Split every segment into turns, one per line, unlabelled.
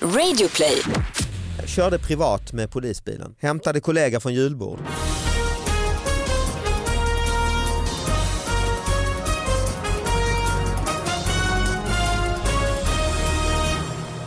Radioplay.
Körde privat med polisbilen. Hämtade kollega från julbord.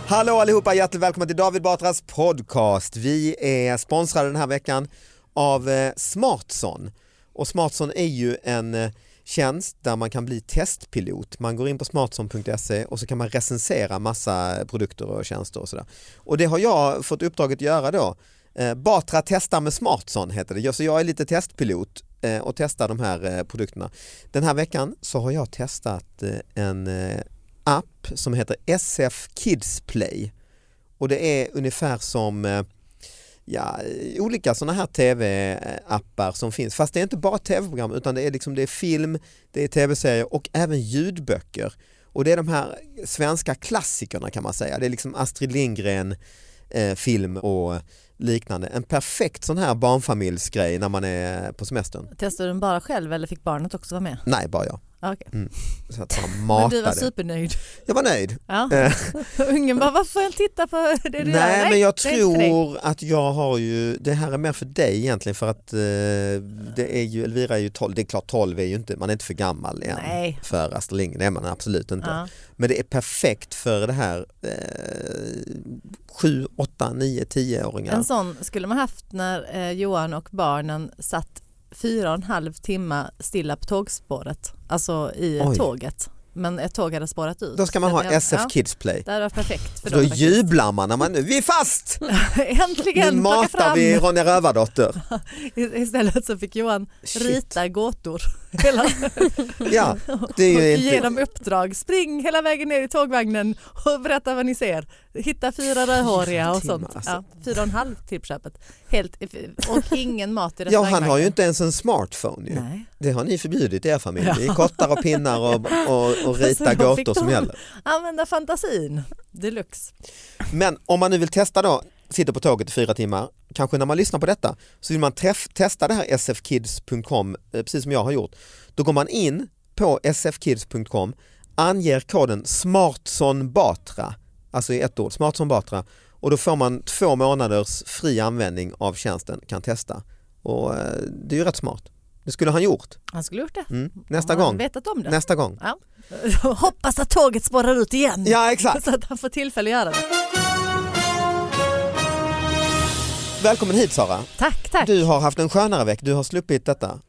Hallå allihopa, hjärtligt välkomna till David Batras podcast. Vi är sponsrade den här veckan av eh, Smartson. Och Smartson är ju en eh, tjänst där man kan bli testpilot. Man går in på smartson.se och så kan man recensera massa produkter och tjänster och sådär. Och det har jag fått uppdraget att göra då. Eh, Batra testar med Smartson heter det. Ja, Så jag är lite testpilot eh, och testar de här eh, produkterna. Den här veckan så har jag testat eh, en eh, app som heter SF Kids Play. Och det är ungefär som eh, ja, eh, olika sådana här tv-appar som finns. Fast det är inte bara tv-program utan det är, liksom, det är film, det är tv-serier och även ljudböcker. Och det är de här svenska klassikerna kan man säga. Det är liksom Astrid Lindgren, eh, film och liknande. En perfekt sån här barnfamiljsgrej när man är på semestern.
Testade du den bara själv eller fick barnet också vara med?
Nej, bara jag. Mm.
Ja, okej.
Så att han
Men du var
matade.
supernöjd.
Jag var nöjd.
Ja.
Eh,
Ungen bara, varför får jag titta på det du gör?
Nej men jag
det är inte för dig.
tror att jag har ju, det här är mer för dig egentligen för att eh, det är ju, Elvira är ju 12, det är klart 12 är ju inte, man är inte för gammal än
Nej.
för Astrid Lindgren, det är man absolut inte.
Ja.
Men det är perfekt för det här eh, 7, 8, 9, 10-åringar.
En sån skulle man haft när eh, Johan och barnen satt fyra och en halv timme stilla på tågspåret, alltså i
Oj.
tåget. Men ett tåg hade spårat ut.
Då ska man ha
Ja,
SF Kids Play.
Det hade varit perfekt
För
för
då
dem faktiskt.
jublar man när man nu, vi är fast! Nu
Äntligen, plocka
matar
fram.
vi Ronja Rövardotter.
I- Istället så fick Johan
Shit.
rita gåtor hela,
Ja, det är ju
och
inte...
ge dem uppdrag. Spring hela vägen ner i tågvagnen och berätta vad ni ser. Hitta fyra rödhåriga och
timmar,
sånt.
alltså.
Ja, fyra och en halv till på köpet. Helt, och ingen mat i
Ja, han har ju
restaurangvagnen.
inte ens en smartphone ju.
Nej.
Det har ni förbjudit i er familj. Det är kottar och pinnar och, och, och rita
Så då Alltså, fick
gåtor som
de-
gäller.
Använda fantasin deluxe.
Men om man nu vill testa då, sitter på tåget i fyra timmar, kanske när man lyssnar på detta, så vill man träff, testa det här sfkids.com, eh, precis som jag har gjort. Då går man in på sfkids.com, anger koden SmartsonBatra, alltså i ett ord, SmartsonBatra, och då får man två månaders fri användning av tjänsten, kan testa. Och eh, det är ju rätt smart. Det skulle han gjort.
Han skulle gjort det.
Mm. Nästa
Om han
gång.
vetat om det.
Nästa gång.
Ja. Hoppas att tåget spårar ut igen.
Ja exakt.
Så att han får tillfälle att göra det.
Välkommen hit Sara.
Tack, tack.
Du har haft en skönare vecka, du har sluppit detta.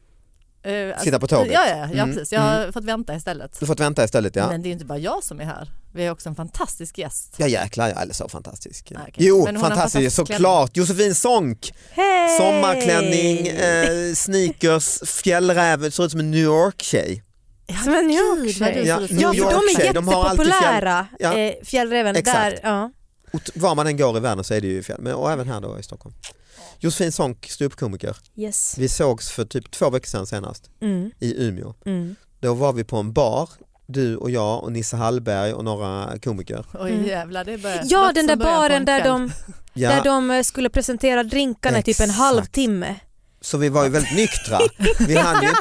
Eh, alltså-
Sitta på tåget.
Ja, ja, ja
Mm.
precis. Jag har fått vänta istället.
Du har fått vänta istället ja.
Men det är ju inte bara jag som är här. Vi har också en fantastisk gäst.
Ja jäklar ja, eller så fantastisk.
Ah, okej.
Jo,
Men hon har
fantastisk,
fantastisk
såklart. Josefin Sonck,
Hej!
sommarklänning, eh, sneakers, fjällräven, ser ut som en New York-tjej.
Som en New
Gud,
York
vad du
tjej.
ser
Ja,
ut som-
New
Ja för de
York
är
tjej, de har alltid
jättepopulära
Ja.
eh, fjällräven
Exakt.
där. Ja.
Och t- var man än går i världen så är det ju fjäll, men, och även här då i Stockholm. Josefin Sonck, ståuppkomiker.
Yes.
Vi sågs för typ två veckor sedan senast
Mm,
i Umeå.
mm.
Då var vi på en bar, du och jag och Nisse Hallberg och några komiker.
Oj
Mm.
jävlar, det börjar.
Ja
låter
den
som
där
början på
baren
en
där
kväll.
de,
Ja,
där de eh, skulle presentera drinkarna i typ en
Exakt.
halvtimme.
Så vi var ju väldigt nyktra. Vi hann ju...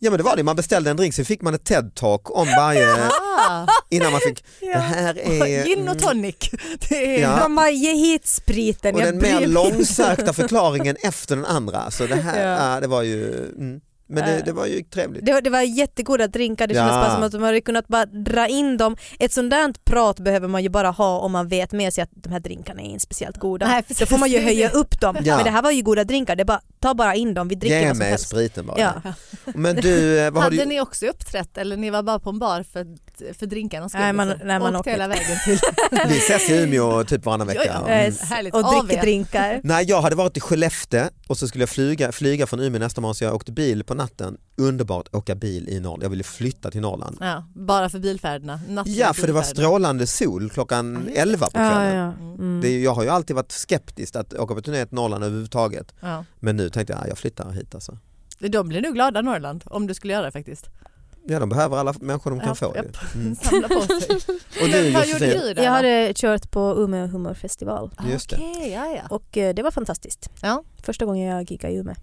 Ja men det var det, man beställde en drink så fick man ett TED-talk om varje,
Ah,
innan man fick, det här är...
gin och tonic. Det är,
Eh, mm. Ja.
De bara ge hit spriten.
Mm. Och
jag
den
bryr mig
mer
inte.
långsökta förklaringen efter den andra. Så det här,
Ja.
ja. det var ju... Mm. Men det,
Äh.
det var ju trevligt.
Det var, det var jättegoda drinkar, det
Ja.
kändes bara som att de hade kunnat bara dra in dem. Ett sånt där prat behöver man ju bara ha om man vet med sig att de här drinkarna är inte speciellt goda.
Nej,
Då får man ju höja upp dem.
Ja.
Men det här var ju goda drinkar, det är bara, ta bara in dem, vi dricker
Ge
vad som
mig
helst.
spriten bara.
Ja.
Men du, eh, vad har
Hade
du...
ni också uppträtt eller ni var bara på en bar för, för drinkarnas skull?
Nej, man-
liksom?
nej, man
Åkte
åkte
hela vägen till...
Vi ses i Umeå typ varannan
Ja,
vecka.
ja.
Mm.
Eh,
Härligt.
Och
AV.
dricker drinkar.
Nej, jag hade varit i Skellefteå och så skulle jag flyga, flyga från Umeå nästa morgon så jag åkte bil på natten. Underbart åka bil i Norrland. Jag ville flytta till Norrland.
Ja, bara för bilfärderna. nattliga
Ja, för det var
bilfärderna.
strålande sol klockan
Ja, just
11 på kvällen.
Mm.
Det, är ju- jag har ju alltid varit skeptisk att åka på turné till Norrland överhuvudtaget.
Ja.
Men nu tänkte jag, ja, jag flyttar hit alltså.
De blir nog glada Norrland om du skulle göra det faktiskt.
Ja, de behöver alla människor de kan
Ja,
få.
japp.
Ju. Mm.
Samla på sig.
Och du
Men vad gjorde
Josefin,
du då?
Jag hade kört på Umeå humorfestival
Ah,
Just det.
Okej, ja, ja.
och eh, det var fantastiskt.
Ja.
Första gången jag giggade i Umeå.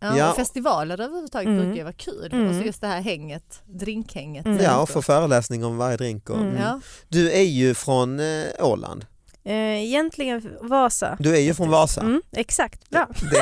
Ja,
Ja.
Och festivaler överhuvudtaget
Mm.
brukar ju vara kul.
Mm.
Och så just det här hänget, drinkhänget.
Mm.
ja, och få föreläsning om varje drink. Och,
Mm.
mm.
Ja.
Du är ju från eh, Åland.
Eh, egentligen Vasa.
Du är ju från Vasa.
Mm, exakt, bra.
Det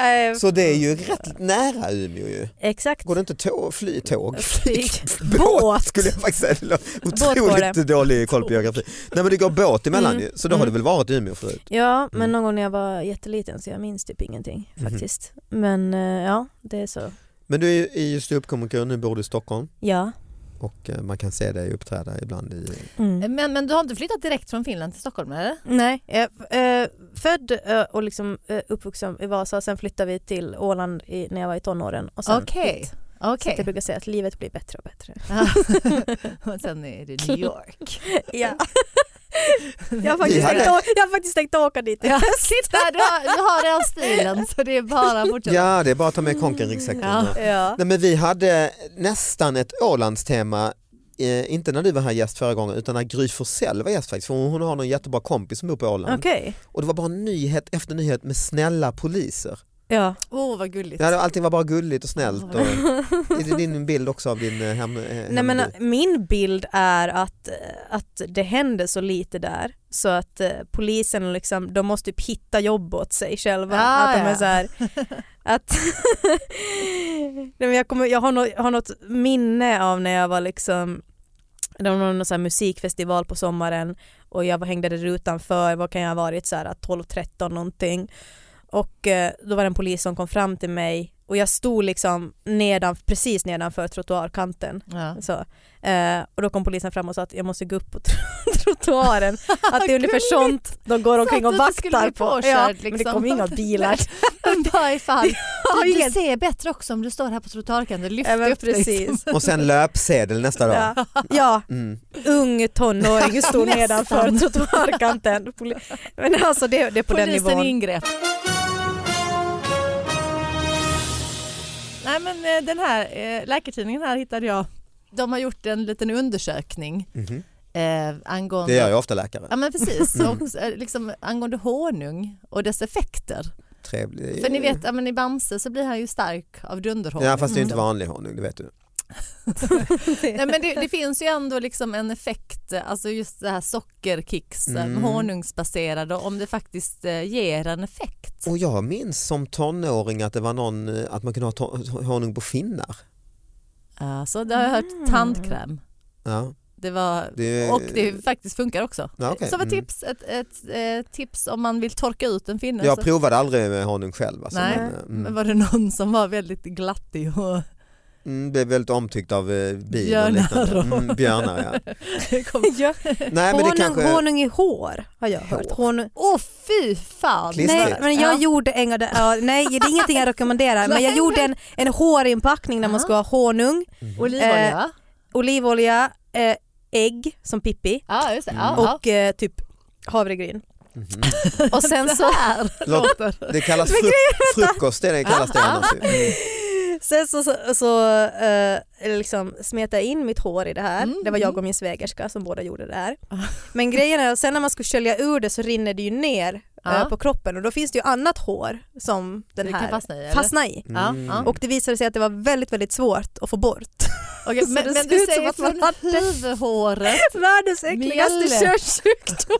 är,
Eh,
så det är ju rätt nära Umeå ju.
exakt.
Går det inte tå, fly tåg?
Flyg.
Båt
Båt.
skulle jag faktiskt säga. Det låter
går det.
Otroligt dålig koll på geografi. Nej men det går båt emellan
Mm.
ju, så då har
Mm.
du väl varit i Umeå förut?
Ja, men
Mm.
någon gång när jag var jätteliten så jag minns typ ingenting
Mhm.
faktiskt. Men eh, ja, det är så.
Men du är ju- är ju ståuppkomiker, nu bor du i Stockholm
Ja.
och eh, man kan se dig uppträda ibland i...
Mm.
Men, men du har inte flyttat direkt från Finland till Stockholm eller?
Nej, eh, eh, född eh, och liksom eh, uppvuxen i Vasa, sen flyttade vi till Åland i, när jag var i tonåren. och sen
Okej.
hit. Så att jag
Okej.
brukar säga att livet blir bättre och bättre.
Och sen är det New York.
Ja. jag, har faktiskt
Vi hade-
tänkt, å- jag har faktiskt tänkt åka dit.
Ja, titta du har, du har den stilen så det är bara att fortsätta.
Ja det är bara att ta med konken i ryggsäcken.
Ja.
Ja.
Nej men vi hade nästan ett Ålandstema Eh, inte när du var här gäst förra gången utan när Gry Forssell var gäst faktiskt för hon hon har någon jättebra kompis som bor på Åland
Okej.
och det var bara nyhet efter nyhet med snälla poliser.
Ja.
Åh vad gulligt.
Ja, det- Allting var bara gulligt och snällt.
Ja,
Och, är det din bild också av din eh, hem, eh,
Nej, men,
hemby?
min bild är att, eh, att det hände så lite där så att eh, polisen liksom, de måste typ hitta jobb åt sig själva.
Ah,
att de är
ja.
så här, att Nej, men jag, kommer, jag har, något, har något minne av när jag var liksom det var någon så här musikfestival på sommaren och jag var- hängde där utanför, vad kan jag ha varit, så här 12-13 någonting. Och eh, då var det en polis som kom fram till mig och jag stod liksom nedan, precis nedanför trottoarkanten
Ja.
så. Eh, och då kom polisen fram och sa att jag måste gå upp på tr- trottoaren. Att det är ungefär
Gulligt.
sånt de går omkring
Så att
och
du inte skulle
vaktar
bli
på.
påkörd,
Men det
liksom.
kom inga bilar.
Vad är fan?
har
Du, du
ingen-
ser bättre också om du står här på trottoarkanten. Lyft
Ja, men
upp dig.
precis.
Och sen löpsedel nästa dag.
liksom. Ja. ja,
Mm.
ung tonåring stod
Nästan.
nedanför trottoarkanten. Poli- Men alltså det, det är på den
Polisen
nivån.
ingrep. Nej men eh, den här eh, läkartidningen här hittade jag. De har gjort en liten undersökning
Mhm.
eh, angående
Det gör ju ofta läkare.
Ja men precis,
Mm.
och, eh, liksom, angående honung och dess effekter.
Trevlig.
För ni vet, ja, men i Bamse så blir han ju stark av dunderhonung.
Eh. Ja
Mm.
fast det är ju inte vanlig honung, det vet du.
Nej, men det, det finns ju ändå liksom en effekt, eh, alltså just det här sockerkicksen,
Mm.
honungsbaserade, om det faktiskt eh, ger en effekt.
Och jag minns som tonåring att det var någon, eh, att man kunde ha to- honung på finnar.
Ja, så det har jag hört,
Mm.
tandkräm.
Ja,
Det var,
Ah. det,
och det faktiskt funkar också.
Ja, okej.
Som ett
Mm.
tips, ett, ett, eh, tips om man vill torka ut en finne.
Jag
så-
provade aldrig med honung själv. Alltså,
Nej,
men, eh, mm.
Men var det någon som var väldigt glattig och
Mm, blev väldigt omtyckt av eh, bin
Björnar
och liknande.
och-
Mm, björnar ja.
kom
Ja.
Nej men det
Honung,
kanske,
honung i hår har jag hört.
Hår.
Honung.
Åh fy fan!
Klistrigt.
Nej, men jag
Ja.
gjorde en gång, ja, nej det är ingenting jag rekommenderar, men jag
Nej.
gjorde en, en hårinpackning där man
Ja.
ska ha honung,
Olivolja?
olivolja, eh, ägg som Pippi
ja just det. Ja,
Mm.
ja.
och eh, typ havregryn.
Mhm.
Och sen så,
Så här
Låt-
låter
det kallas fruk- frukost, det är det kallas
Ah,
det annars. ju. Mm.
sen så, så, så eh, liksom smetade jag in mitt hår i det här.
Mm. Ah.
Det var jag och min svägerska som båda gjorde det här. Men grejen är att sen när man skulle skölja ur det så rinner det ju ner eh,
Ja.
på kroppen och då finns det ju annat hår som den
det
här
kan fastna i. eller?
fastnar i.
Ja, ja.
Och det visade sig att det var väldigt väldigt svårt att få bort.
Okej,
så
men,
det
men
ser ut
du
som
säger
att man
från
hade-
huvudhåret.
Världens äckligaste
Mjälle.
köttsjukdom.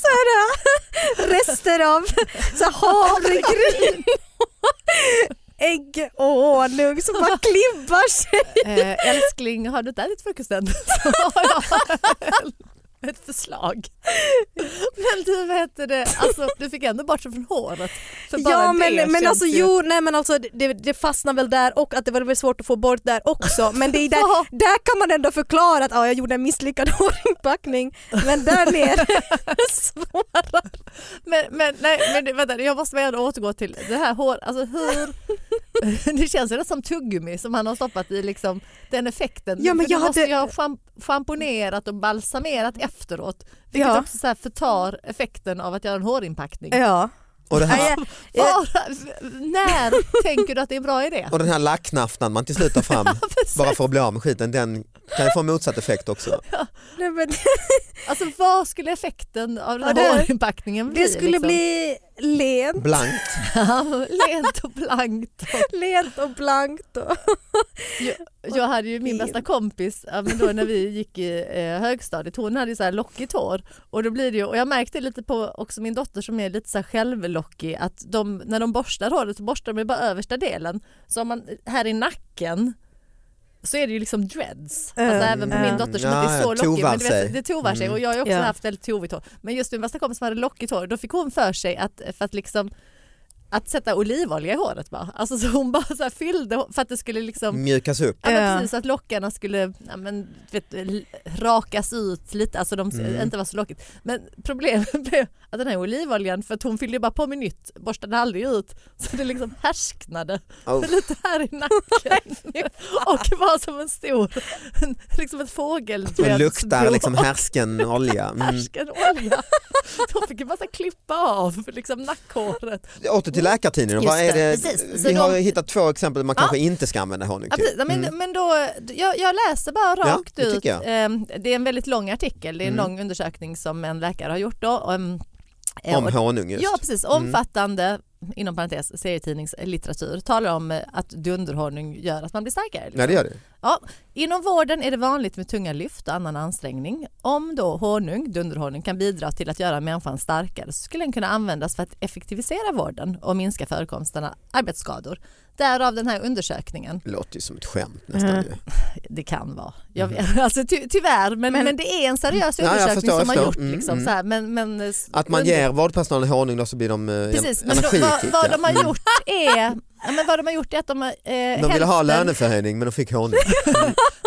så är det rester av så här havregryn ägg och honung som bara klibbar sig.
Eh, älskling, har du inte ätit frukost än? Så har jag Ett förslag. Men du vet det, alltså, du fick ändå bort det från håret. Så bara
Ja
det
men, men
känns
alltså
ju-
jo, nej men alltså det, det fastnar väl där och att det var väl svårt att få bort där också men det är där, där kan man ändå förklara att ja, jag gjorde en misslyckad hårinpackning men där nere
Men, men, nej, men det- vänta, jag måste bara återgå till det här hår, alltså hur... Det känns ju nästan som tuggummi som han har stoppat i liksom, den effekten.
Ja, men
För du
jag
måste
hade- Mm.
ju ha champ- schamponerat och balsamerat efteråt vilket
Ja.
också så här förtar effekten av att göra en hårinpackning.
Ja.
Och, det här,
Nej, jag- jag-
Var, när tänker du att det är en bra idé?
och den här lacknaftan man till slut tar fram bara för att bli av med skiten, den Kan ju få motsatt effekt också.
Nej, men
Alltså vad skulle effekten av den
Ja,
här
det-
hårinpackningen bli?
det skulle
liksom?
bli lent,
Blankt.
Lent och blankt.
lent och blankt. Och
Jag hade ju min
Fin.
bästa kompis ja, men då när vi gick i eh, högstadiet, hon hade ju så här lockigt hår och då blir det ju, och jag märkte lite på också min dotter som är lite så här självlockig att de, när de borstar håret så borstar de ju bara översta delen så om man, här i nacken så är det ju liksom dreads.
Mm.
Alltså även på min
Mm.
dotter som
Ja,
inte är så lockig.
tovar
Men du
sig.
vet, det tovar sig
Mm.
och jag har ju också
Ja.
haft väldigt tovigt hår. Men just min bästa kompis som hade lockigt hår då fick hon för sig att, för att liksom att sätta olivolja i håret bara. Alltså så hon bara så här fyllde hår- för att det skulle liksom
Mjukas upp.
Ja, men
Ja.
precis, att lockarna skulle ja, men, du vet, l- rakas ut lite, alltså de
Mm.
inte var så lockigt. Men problemet blev att den här olivoljan, för att hon fyllde ju bara på med nytt, borstade aldrig ut, så det liksom härsknade
Oh.
lite här i nacken och var som en stor, en, liksom ett
Det
fågeldödsbo.
luktar liksom härsken olja. Mm.
härsken olja. De fick ju bara så här klippa av liksom nackhåret.
Åter till läkartidningen, vad
Just
är det?
det,
precis. Så
vi har
de-
hittat två exempel man
Ja.
kanske inte ska använda honung
Ja,
till.
precis. Ja, men,
Mm.
men då, jag, jag läser bara
Ja,
rakt
det
ut.
tycker
Ehm, Det är en väldigt lång artikel, det är en
Mm.
lång undersökning som en läkare har gjort. Då. Ehm, eh,
Om
och-
honung just. Mm.
Ja precis, omfattande inom parentes serietidningslitteratur talar om eh, att dunderhonung gör att man blir starkare. liksom.
Ja det gör det.
Inom vården är det vanligt med tunga lyft och annan ansträngning. Om då honung, dunderhonung, kan bidra till att göra människan starkare så skulle den kunna användas för att effektivisera vården och minska förekomsten av arbetsskador. Därav den här undersökningen.
Det låter ju som ett skämt nästan.
Mm.
ju.
Det kan vara. Jag, vet- alltså, ty, tyvärr, men, men, det är en seriös
Mhm. Ja, jag
undersökning
förstår,
som
jag
har gjort.
förstår. Mm,
liksom,
mm.
Så här, men, men, eh,
Att man
under-
ger vårdpersonalen honung då så blir de eh,
Precis, men då,
energikicka.
vad, vad de har
Mm.
gjort är, ja, men vad de har gjort är att de har... Eh,
De ville ha
hälften-
löneförhöjning men de fick honung.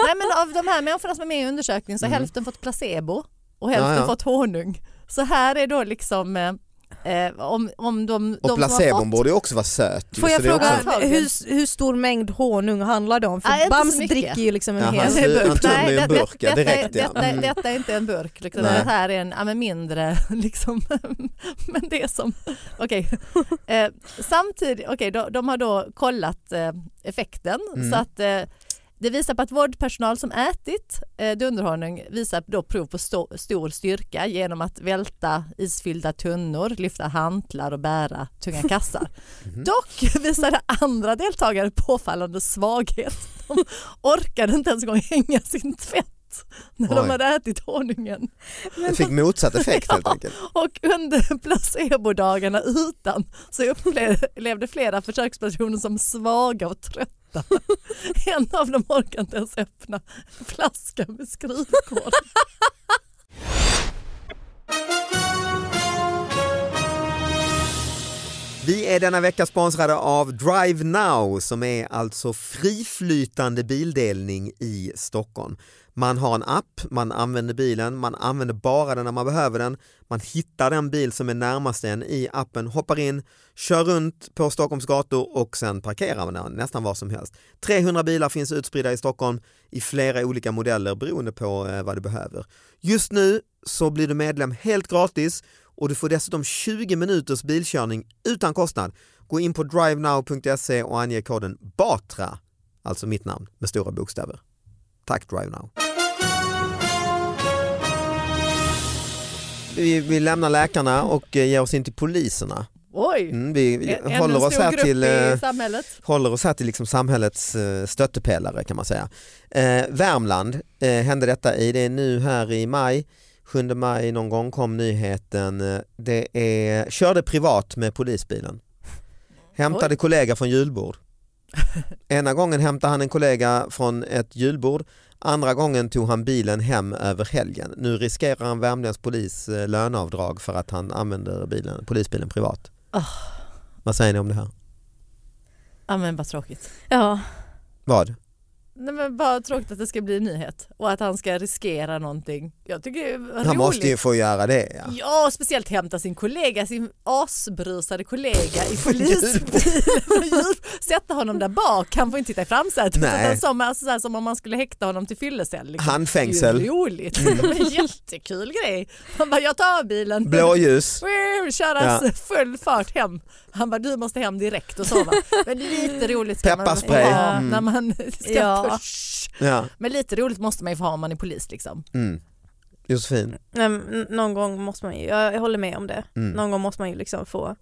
Nej men av de här människorna som är med i undersökningen så har
Mm.
hälften fått placebo och hälften
Ja, ja.
fått honung. Så här är då liksom eh, eh, om, om de, de
Och
som har
placebon
fått...
borde ju också vara söt. ju,
Får
så
jag
det är
fråga,
också-
också-
hur, hur stor mängd honung handlar det om? För
Nej, inte så
Bams
mycket.
dricker ju liksom en
Ja,
hel...
han- han tömmer ju en
det- det-
burk, ja, direkt, ja.
detta, detta,
Mm.
detta är inte en burk, liksom. det
Nej.
här är en ja, men mindre. Liksom. men det är som, okej. Eh, samtidigt, okej de, de har då kollat eh, effekten
Mm.
så att eh, det visar på att vårdpersonal som ätit eh, dunderhonung visar då prov på sto- stor styrka genom att välta isfyllda tunnor, lyfta hantlar och bära tunga kassar. Dock visade andra deltagare påfallande svaghet. De orkade inte ens en gång hänga sin tvätt när
Oj.
de hade ätit honungen.
Det fick motsatt effekt helt enkelt.
Och under placebodagarna utan så upplevde flera försökspersoner som svaga och trötta. En av dem orkade inte ens öppna en flaska med skrivkod.
Vi är denna vecka sponsrade av Drive Now som är alltså friflytande bildelning i Stockholm. Man har en app, man använder bilen, man använder bara den när man behöver den. Man hittar den bil som är närmast en i appen, hoppar in, kör runt på Stockholms gator och sen parkerar man den nästan var som helst. 300 bilar finns utspridda i Stockholm i flera olika modeller beroende på eh, vad du behöver. Just nu så blir du medlem helt gratis och du får dessutom 20 minuters bilkörning utan kostnad. Gå in på drivenow.se och ange koden BATRA, alltså mitt namn med stora bokstäver. Tack DriveNow. Vi, vi lämnar läkarna och eh, ger oss in till poliserna.
Oj,
Mm, vi vi
en, en
håller, oss
stor
här
grupp
till,
i
eh,
samhället.
håller oss här till liksom samhällets eh, stöttepelare kan man säga. Eh, Värmland eh, hände detta i, det är nu här i maj, 7 maj någon gång kom nyheten. Eh, Det är, körde privat med polisbilen. Hämtade kollega från julbord. Ena gången hämtade han en kollega från ett julbord, andra gången tog han bilen hem över helgen. Nu riskerar han Värmlands polis eh, löneavdrag för att han använder bilen, polisbilen privat.
Ah.
Vad säger ni om det här?
Ja men vad tråkigt.
Ja.
Vad?
Nej men bara tråkigt att det ska bli en nyhet och att han ska riskera någonting. Jag tycker det är
Han
roligt.
måste ju få göra det. Ja.
Ja, och speciellt hämta sin kollega, sin asbrusade kollega i polisbilen. från Djurgården. Sätta honom där bak, han får inte sitta i framsätet.
Nej.
utan Som, alltså, så här, som om man skulle häkta honom till fyllecell. Liksom. Det är
Handfängsel,
ju roligt,
Mm.
en jättekul grej. Han bara, jag tar bilen.
blåljus.
Woo, Köra
Ja.
full fart hem. Han bara, du måste hem direkt och sova. Men lite roligt ska man
Pepparspray.
ha
Mm.
när man ska
Ja.
Shh.
Ja.
Men lite roligt måste man ju få ha om man är polis liksom.
Mm. Josefin?
Nej, men n- någon gång måste man ju, jag, jag håller med om det,
Mm.
någon gång måste man ju liksom få,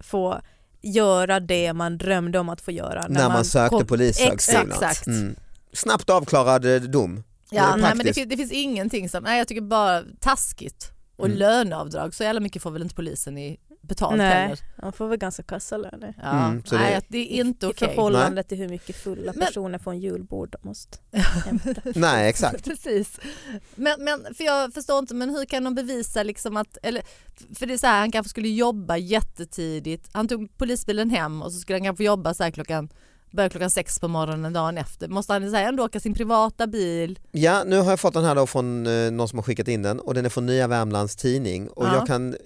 få göra det man drömde om att få göra.
när, man, sökte
kom-
polishögskolan.
Exakt.
Mm. Snabbt avklarad eh, dom. Det
Ja,
är
nej, men det,
praktiskt.
fin- det finns ingenting som, nej jag tycker bara taskigt. Och
Mm.
löneavdrag, så jävla mycket får väl inte polisen i betalt
Nej.
heller.
Man får väl ganska kassa löner.
Ja.
Mm, så
nej,
det-
att det är inte
I
okej.
förhållande till hur mycket fulla
Men-
personer från julbord de måste.
Nej exakt.
Precis. Men, men, för jag förstår inte, men hur kan de bevisa liksom att, eller, för det är så här, han kanske skulle jobba jättetidigt. Han tog polisbilen hem och så skulle han kanske jobba så här klockan, börja klockan sex på morgonen dagen efter. Måste han så här, ändå åka sin privata bil?
Ja nu har jag fått den här då från eh, någon som har skickat in den och den är från Nya Värmlands Tidning och
Ja.
jag kan eh,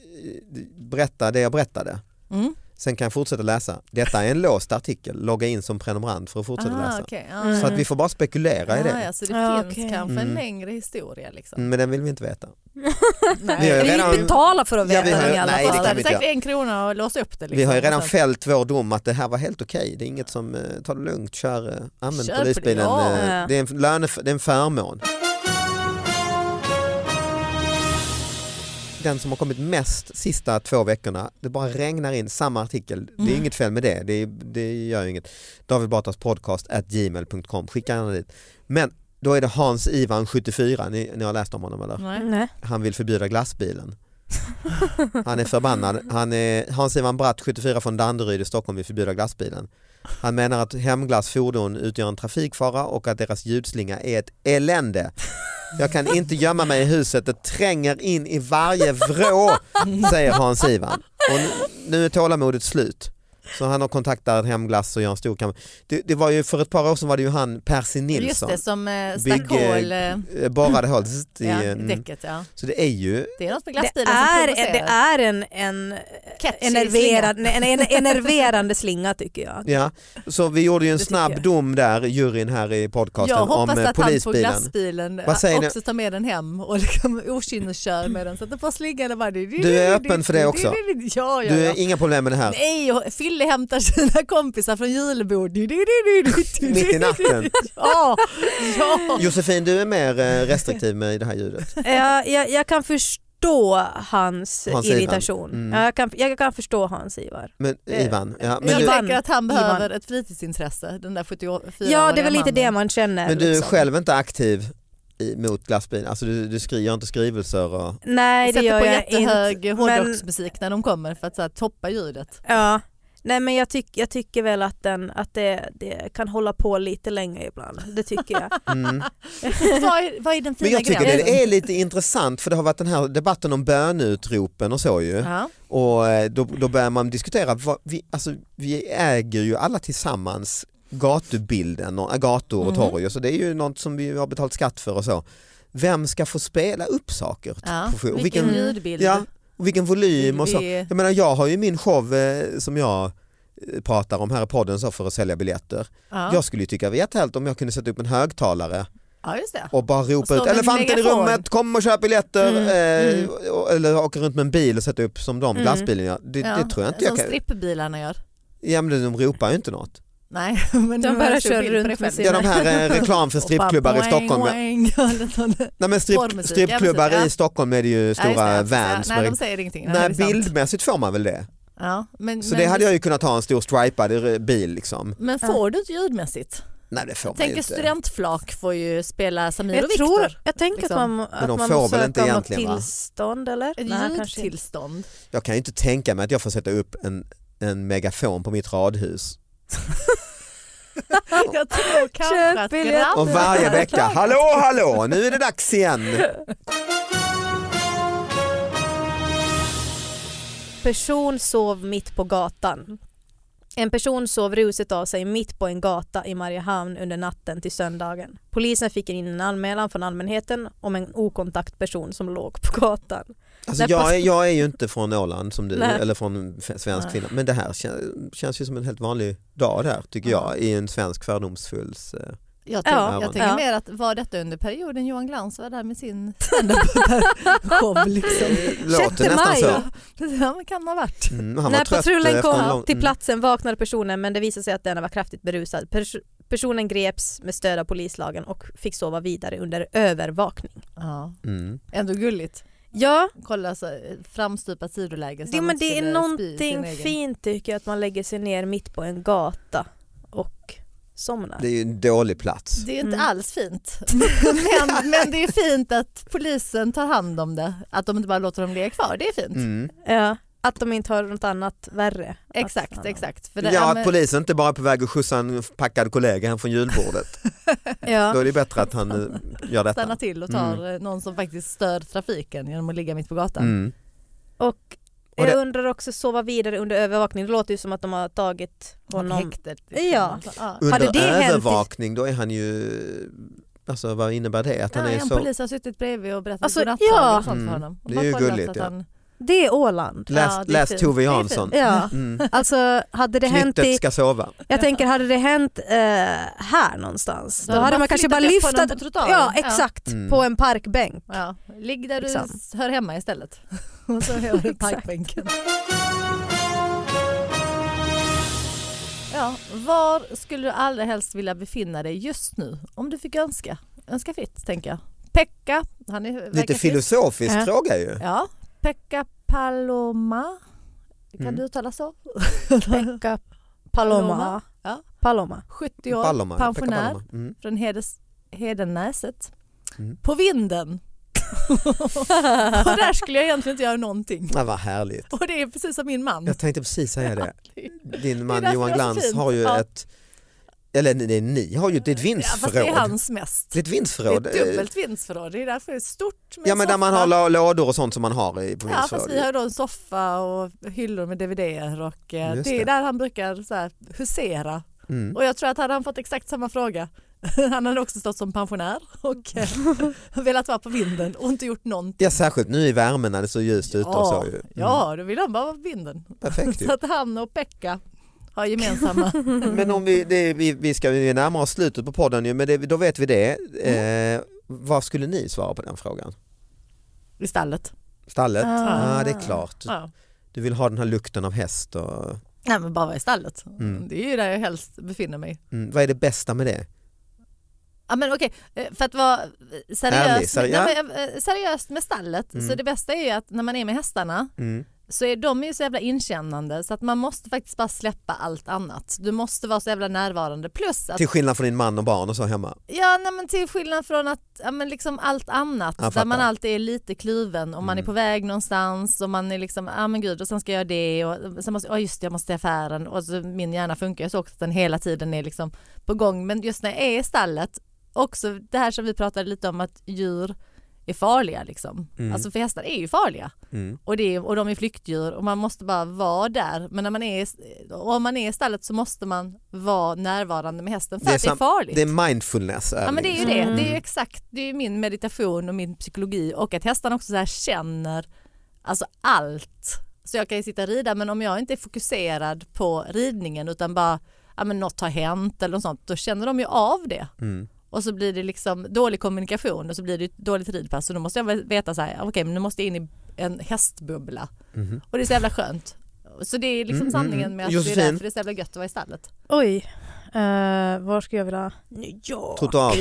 berätta det jag berättade.
Mm.
Sen kan jag fortsätta läsa. Detta är en låst artikel, logga in som prenumerant för att fortsätta läsa.
Ah, okej.
Mm.
Så att vi får bara spekulera i
ja,
det.
ja, så det
Ja,
finns
okej.
kanske en
Mm.
längre historia liksom.
Men den vill vi inte veta.
Nej.
Vi har ju
Vi
redan-
betalar för att
Ja,
veta
vi har-
den i alla
nej, det
det
fall.
kan vi inte
säkert en krona och låsa upp det. Liksom.
Vi har ju redan
Och sen-
fällt vår dom att det här var helt okej. Det är inget som, eh, ta det lugnt, kör, eh, använd
Kör på det,
polisbilen.
ja.
eh, Det, är en löne, det är en förmån. Den som har kommit mest sista två veckorna, det bara regnar in samma artikel. Det är
Mm.
inget fel med det, det, det gör ju inget. David Batras podcast at gmail.com, skicka gärna dit. Men då är det Hans Ivan 74, ni, ni har läst om honom eller?
Nej.
Nej.
han vill förbjuda glassbilen. Han är förbannad. Han är, Hans-Ivan Bratt, 74 från Danderyd i Stockholm, vill förbjuda glassbilen. Han menar att Hemglass fordon utgör en trafikfara och att deras ljudslinga är ett elände. Jag kan inte gömma mig i huset, det tränger in i varje vrå, säger Hans-Ivan. Och nu, nu är tålamodet slut. Så han har kontaktat Hemglass och gör en stor kampanj. Det, det var ju för ett par år sedan var det ju han Percy
Just
Nilsson,
det, som eh,
Big,
stack
eh,
hål eh,
eh, borrade hål. zzzt, i,
ja, i
mm.
däcket. Ja.
Så det är ju
Det är något med
Det
glassbilen som
är,
provocerar.
det är en, en,
Catchy
enerverande, en, en enerverande slinga tycker jag.
Ja, så vi gjorde ju en
Det tycker
snabb
jag.
dom där, juryn här i podcasten,
Jag hoppas
om eh,
att han på
polisbilen.
glassbilen
Vad säger ni?
också tar med den hem och liksom okynneskör med den så att den får slinga där bara.
Du är öppen för det också?
Ja, ja,
Du har
ja.
inga problem med det här,
Nej, och Fille hämtar sina kompisar från julbord.
mitt i natten.
Ja, ja.
Josefin, du är mer eh, restriktiv med det här ljudet.
jag, jag, jag kan förstå hans,
Hans Ivar.
irritation.
Mm.
Ja, Jag, kan, jag kan förstå hans Ivar.
Men
Eh,
Ivan, ja, men,
Jag
du,
Ivan.
tänker att han
Ivan.
behöver ett fritidsintresse, den där 74-åriga
Ja det är väl lite
mannen.
det man känner.
men du är
liksom.
själv inte aktiv i, mot glassbilen? Alltså du, du skri- gör inte skrivelser och... Mm.
Nej det
Sätter
gör
på
jag inte.
jättehög hårdrocksmusik när de kommer för att så här, toppa ljudet.
Ja. Nej men jag, tyck, jag tycker väl att, den, att det, det kan hålla på lite längre ibland. Det tycker jag.
Mm.
Vad är, vad är den
Men
fina
jag tycker
gränsen?
det är lite intressant för det har varit den här debatten om bönutropen och så ju.
Ja.
Och eh, då, då börjar man diskutera, vad, vi, alltså, vi äger ju alla tillsammans gatubilden, och, äh, gator och
Mhm.
torg och så det är ju något som vi har betalt skatt för och så. Vem ska få spela upp saker?
Ja.
Och vilken-
Vilken, ljudbild.
Ja, och vilken volym och så.
Vi-
Jag menar jag har ju min show eh, som jag eh, pratar om här i podden så för att sälja biljetter.
Ja.
Jag skulle ju tycka det var jättehärligt om jag kunde sätta upp en högtalare
ja, just det.
och bara ropa
Och
ut
stå med en
elefanten i
megafon."
rummet, kom och köp biljetter
Mm,
eh,
mm.
och- eller åka runt med en bil och sätta upp som de
Mm.
glassbilen gör. Det,
Ja,
det tror jag inte jag
Som
kan.
strippbilarna gör.
Ja men de ropar ju inte något.
Nej, men
De
de
bara
bara
kör runt
runt
med
med
sin-
Ja de här eh, reklam för strippklubbar i Stockholm. Nej men stripp,
Porrmusik, ja,
strippklubbar
precis, ja.
i Stockholm är det ju stora vans.
Nej, de
med-
säger ingenting. Nej,
Nej
det är sant.
bildmässigt får man väl det.
Ja, men,
Så
men,
det hade jag ju kunnat ha en stor stripad eh, bil liksom.
men får du inte ljudmässigt?
Nej det får man ju
Tänker
inte.
studentflak får ju spela Samir och
Jag, tror,
Viktor.
jag tänker
liksom.
att man, att
de
man
får
måste
väl inte
söka om något
egentligen, va?
tillstånd eller?
Ett
Nej, kanske inte.
ljudtillstånd.
Jag kan ju inte tänka mig att jag får sätta upp en, en megafon på mitt radhus.
Jag tror
Köp
kanske att
biljetter.
Och
grabben...
varje vecka, hallå hallå nu är det dags igen.
Person sov mitt på gatan. En person sov ruset av sig mitt på en gata i Mariehamn under natten till söndagen. Polisen fick in en anmälan från allmänheten om en okontakt person som låg på gatan.
Alltså,
Nej,
jag,
fast-
är, jag är ju inte från Åland som du,
Nej.
eller från f- svensk
Nej.
kvinna, men det här kän, känns ju som en helt vanlig dag där tycker jag i en svensk fördomsfull. eh,
Jag,
Ja,
tänk,
ja.
jag tänker
Ja.
mer att var detta under perioden Johan Glans var där med sin standup-show liksom.
Låter
Sjätte
nästan
maj.
så.
Ja, men kan ha varit.
Mm, han var
När
trött
patrullen
efter en
kom
lång- mm,
till platsen vaknade personen men det visade sig att den var kraftigt berusad. Pers- Personen greps med stöd av polislagen och fick sova vidare under övervakning.
Ja.
Mm.
Ändå gulligt.
Ja,
Kolla så framstupat sidoläge. så
det,
han
men det
skulle
är
spy sin
någonting
egen-
fint tycker jag att man lägger sig ner mitt på en gata och somnar.
Det är ju en dålig plats.
Det är inte
Mm.
alls fint. men, men det är fint att polisen tar hand om det. Att de inte bara låter dem ligga kvar. Det är fint.
Mm.
Ja, Eh, att de inte har något annat värre.
Exakt,
Att-
exakt. För det,
Ja,
men-
att polisen inte bara är på väg att skjutsa en packad kollega hem från julbordet. Då
Ja.
är det bättre att han eh, gör
stanna
detta.
till och tar eh, någon som faktiskt stör trafiken genom att ligga mitt på gatan.
Mm.
Och
Och
jag
det-
undrar också sova vidare under övervakning. Det låter ju som att de har tagit honom.
Häktet. liksom.
Ja.
ja.
Hade
Under
det hänt i-
övervakning då är han ju, alltså vad innebär det? Att han
ja,
är
en
så...
polis har suttit bredvid och berättat
Alltså,
godnattsaga
ja.
och sånt
Mm.
för honom. Och
Det är
bara
ju
kollat
gulligt,
att
ja.
han-
Det är Åland.
Läs,
Ja, det är
läs
fint.
Tove
Det är
Jansson.
Ja,
Mm.
alltså hade det hänt i
Knyttet ska sova.
Jag tänker, hade det hänt eh, här någonstans,
Så
då hade man kanske
flyttat
bara
upp
lyft
honom
att,
på trottoilen.
Ja, exakt.
Mm.
På en parkbänk.
Ja. Ligg där du
Liksom.
s- hör hemma istället. Och så har du parkbänken. Ja, var skulle du allra helst vilja befinna dig just nu? Om du fick önska. Önska fritt, tänker jag. Pekka, han är verkar
Lite
frisk.
filosofisk
Ja.
fråga ju.
Ja, Pekka Paloma. Kan
Mm.
du uttala så?
Pekka Paloma.
Paloma. Ja.
Paloma.
70 år,
Paloma, Pekka
pensionär
Paloma. Mm.
från Hedes, Hedenäset.
Mm.
På vinden. Och där skulle jag egentligen inte göra någonting.
Ja, vad härligt.
Och det är precis som min man.
Jag tänkte precis säga det. Din
Det är
man
därför
Johan
det var så
Glans
fint.
har ju
Ja.
ett, eller nej, ni har ju ett
Ja, fast det är
vindsförråd.
hans mest.
Ditt
Det är
vindsförråd.
ett dubbelt vindsförråd. Det är därför det är stort. Med
Ja men där man har la-
soffa.
lådor och sånt som man har i på
Ja fast
vindsförråd.
vi har då en soffa och hyllor med DVD-er och eh,
Just
det är
det.
där han brukar så här, husera.
Mm.
Och jag tror att hade han fått exakt samma fråga, han hade också stått som pensionär och eh, velat vara på vinden och inte gjort någonting.
Ja särskilt nu i värmen när det är så ljust ute och så ju. Mm.
Ja, då vill han bara vara på vinden.
Perfekt ju.
Så att han och Pekka har gemensamma...
Men om vi, det, vi, vi ska ju närma oss slutet på podden ju men det, då vet vi det.
Mm.
Eh, vad skulle ni svara på den frågan?
I stallet.
Stallet? Ja
Ah.
det är klart.
Ja.
Du vill ha den här lukten av häst och
Nej men bara vara i stallet.
Mm.
Det är ju där jag helst befinner mig.
mm, vad är det bästa med det?
Ja, men okej, eh, för att vara
Ärlig,
seriös,
seri- ja.
Nej, men, eh, seriöst med stallet,
Mm.
så det bästa är ju att när man är med hästarna
Mm.
så är de ju så jävla inkännande så att man måste faktiskt bara släppa allt annat. Du måste vara så jävla närvarande. Plus att,
Till skillnad från din man och barn och så hemma.
ja, nej, men till skillnad från att, ja, men liksom allt annat
Jag
där
fattar. Mm.
man alltid är lite kluven och man är på väg någonstans och man är liksom, ja ah, men gud och sen ska jag göra det och sen måste, ja just det, jag måste till affären och så, min hjärna funkar ju så också att den hela tiden är liksom på gång. Men just när jag är i stallet, också det här som vi pratade lite om att djur är farliga liksom. Alltså för hästar är ju farliga.
Mm.
Och, det, är- och de är flyktdjur och man måste bara vara där. Men när man är, i- och om man är i stallet så måste man vara närvarande med hästen för att det är
sam-
farligt.
Det är mindfulness.
Ja men det är ju
ärligt.
det,
Mm.
det är ju exakt, det är ju min meditation och min psykologi och att hästarna också så här känner alltså allt. Så jag kan ju sitta och rida men om jag inte är fokuserad på ridningen utan bara, ja men något har hänt eller något sånt, då känner de ju av det.
Mm.
Och så blir det liksom dålig kommunikation och så blir det ett dåligt ridpass och då måste jag väl veta så här, okej men nu måste jag in i en hästbubbla.
Mhm.
Och det är så jävla skönt. Så det är liksom
Mm, mm,
sanningen
mm.
med att det är
Josefin?
därför det är så jävla gött att vara i stallet.
Oj, eh, var skulle jag vilja... Ja.
Trottoar.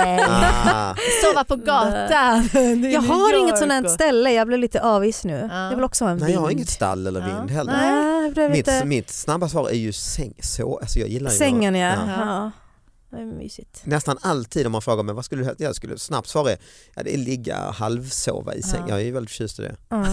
Ah.
Sova på gatan. Det är
Jag
New
har
York
inget sånt här
och-
ställe, jag blev lite avis nu.
Ja.
Jag vill också ha en
Nej jag har
vind.
inget stall eller vind
Ja.
heller.
Nej, jag blev
Mitt,
lite...
mitt snabba svar är ju säng. Så, alltså jag gillar ju
Sängen ja.
Ja.
ja. Det är mysigt.
Nästan alltid om man frågar mig vad skulle du helst- jag skulle snabbt svara är, ja, det är ligga och halvsova i säng.
Ja.
Jag är ju väldigt förtjust i det.
Ja.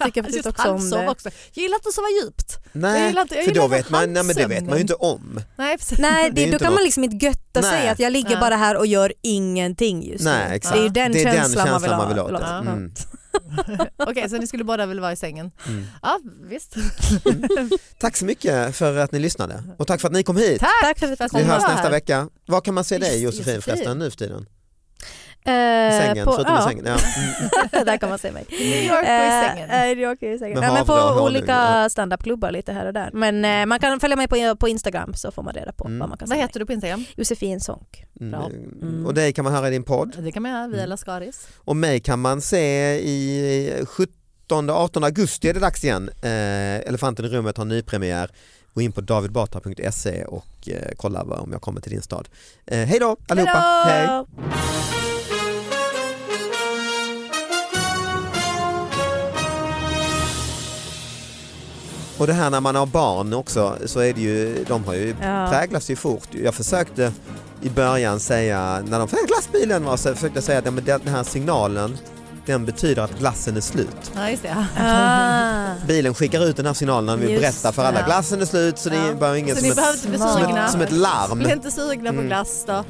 tycker precis
Just
också om
halvsov
det.
också. Jag gillar inte att sova djupt. Jag
Nej,
gillar inte- jag
för då
gillar
vet man, nej, men det vet
halvsömnen.
man ju inte om.
Nej, precis.
Nej,
Det är
det,
ju
då
inte
kan man
något.
liksom inte götta sig
Nej.
att jag ligger
Nej.
bara här och gör ingenting just
Nej,
nu.
exakt.
Det är ju den,
det är
känslan,
den
man vill ha.
man vill åt.
ha.
Mm.
Okej, så ni skulle båda vilja vara i sängen?
Mm.
Ja, visst.
Tack så mycket för att ni lyssnade och tack för att ni kom hit.
Tack!
Tack för att
Vi
du
Vi
kom.
hörs
Kom här.
nästa vecka. Var kan man se dig
Just-
Josefin
Josefin.
förresten nu för tiden? I
Eh,
sängen,
på-
förutom i
ja.
sängen. Ja. Mm.
Där kan man se mig.
New York och i sängen.
Eh, eh, New York och i sängen.
Med
Nej, men
havre
på
och honung,
olika standupklubbar lite här och där. Men eh, man kan följa mig på, på Instagram så får man reda på
Mm.
vad man kan
Vad
se
heter du på Instagram?
mig. Josefin Sonck.
Bra.
Mm. Och dig kan man höra i din podd
Det kan man göra via
Mm.
Lascaris.
och mig kan man se i 17-18 augusti är det dags igen. Eh, Elefanten i rummet har nypremiär. Gå in på davidbatra.se och eh, kolla vad- om jag kommer till din stad. Eh, hej då allihopa! Hej. Och det här när man har barn också så är det ju, de har ju
Ja.
präglas ju fort. Jag försökte i början säga, när de fick glassbilen var så försökte jag säga att ja, men den här signalen den betyder att glassen är slut.
Ja, just det. Ja.
Ah.
Bilen skickar ut den här signalen när vi
Just
berättar för alla
det.
glassen är slut så det är
Ja.
bara ingen
Så
som
ni
ett,
behöver inte bli
som ett-
sugna.
som ett larm.
Bli inte sugna på
Mm.
glass då.